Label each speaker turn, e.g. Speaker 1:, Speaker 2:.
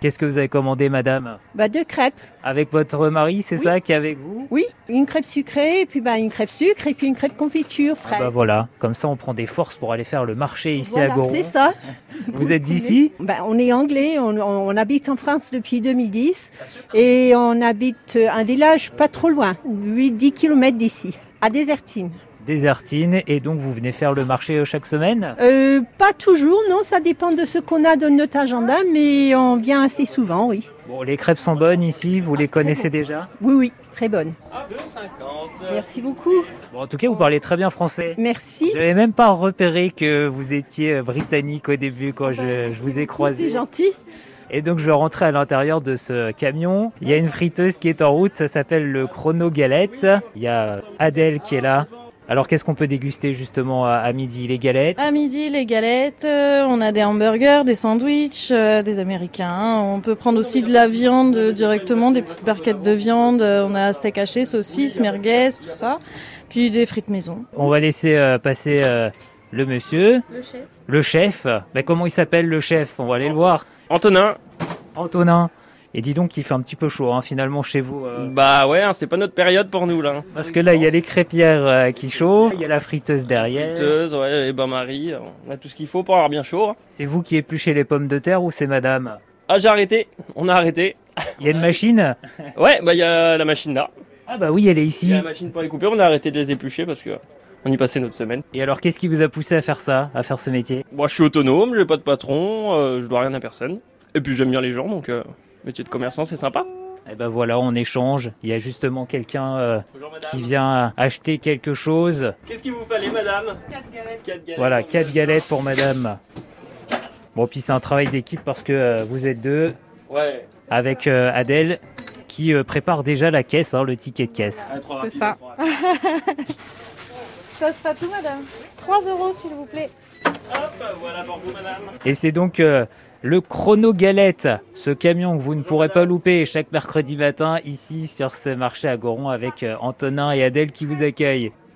Speaker 1: Qu'est-ce que vous avez commandé, madame
Speaker 2: Bah, deux crêpes.
Speaker 1: Avec votre mari, c'est
Speaker 2: Oui.
Speaker 1: ça, qui est avec vous
Speaker 2: Oui, une crêpe sucrée, et puis bah, une crêpe sucre, et puis une crêpe confiture,
Speaker 1: Ah
Speaker 2: fraise.
Speaker 1: bah voilà, comme ça on prend des forces pour aller faire le marché ici
Speaker 2: Voilà,
Speaker 1: à Goron.
Speaker 2: c'est ça.
Speaker 1: Vous êtes d'ici
Speaker 2: Bah, on est anglais, on, on- on habite en France depuis 2010 et on habite euh, un village pas trop loin, 8-10 km d'ici, à Désertine.
Speaker 1: Désertine, et donc vous venez faire le marché euh, chaque semaine
Speaker 2: Euh, pas toujours, non, ça dépend de ce qu'on a dans notre agenda, mais on vient assez souvent, oui.
Speaker 1: Bon, les crêpes sont bonnes ici, vous les connaissez déjà
Speaker 2: Oui, oui, très bonne. Merci beaucoup.
Speaker 1: Bon, en tout cas, vous parlez très bien français.
Speaker 2: Merci.
Speaker 1: J'avais même pas repéré que vous étiez euh, britannique au début quand je, je vous ai
Speaker 2: C'est
Speaker 1: croisé.
Speaker 2: gentil.
Speaker 1: Et donc je rentrais à l'intérieur de ce camion. Il y a une friteuse qui est en route, ça s'appelle le Chrono Galette. Il y a euh, Adèle qui est là. Alors qu'est-ce qu'on peut déguster justement à, à midi Les galettes
Speaker 3: À midi, les galettes, euh, on a des hamburgers, des sandwichs, euh, des américains. On peut prendre aussi de la viande euh, directement, des petites barquettes de viande. Euh, On a steak haché, saucisses, merguez, tout ça. Puis des frites maison.
Speaker 1: On va laisser euh, passer euh, le monsieur. Le chef. Le chef. Bah, comment il s'appelle le chef On va aller le voir.
Speaker 4: Antonin,
Speaker 1: Antonin. Et dis donc qu'il fait un petit peu chaud hein, finalement chez vous. euh,
Speaker 4: bah ouais, hein, c'est pas notre période pour nous là. hein.
Speaker 1: parce que là il y a les crêpières euh, qui chauffent, il y a la friteuse derrière.
Speaker 4: Friteuse, ouais, les bains-marie, euh, on a tout ce qu'il faut pour avoir bien chaud. hein.
Speaker 1: C'est vous qui épluchez les pommes de terre ou c'est madame
Speaker 4: Ah, j'ai arrêté, on a arrêté.
Speaker 1: Il y a une machine
Speaker 4: Ouais, bah il y a la machine là.
Speaker 1: Ah bah oui, elle est
Speaker 4: Il y
Speaker 1: ici.
Speaker 4: a la machine pour les couper, on a arrêté de les éplucher parce que on y passait notre semaine.
Speaker 1: Et alors, qu'est-ce qui vous a poussé à faire ça, à faire ce métier
Speaker 4: Moi, je suis autonome, j'ai pas de patron, euh, je dois rien à personne. Et puis j'aime bien les gens, donc euh, métier de commerçant, c'est sympa.
Speaker 1: Eh ben voilà, on échange. Il y a justement quelqu'un euh,
Speaker 4: Bonjour
Speaker 1: qui vient acheter quelque chose.
Speaker 4: Qu'est-ce qu'il vous fallait, madame 4 galettes. galettes.
Speaker 1: Voilà, quatre galettes pour madame. Bon, puis c'est un travail d'équipe parce que euh, vous êtes deux
Speaker 4: Ouais,
Speaker 1: avec euh, Adèle qui euh, prépare déjà la caisse, hein, le ticket de caisse.
Speaker 4: à trois
Speaker 5: C'est
Speaker 4: rapides,
Speaker 5: ça.
Speaker 4: à trois rapides.
Speaker 5: Ça sera tout, madame. 3 euros, s'il vous plaît.
Speaker 4: Hop, voilà pour vous, madame.
Speaker 1: Et c'est donc euh, le Chrono Galette, ce camion que vous ne pourrez pas louper chaque mercredi matin ici sur ce marché à Goron avec euh, Antonin et Adèle qui vous accueillent.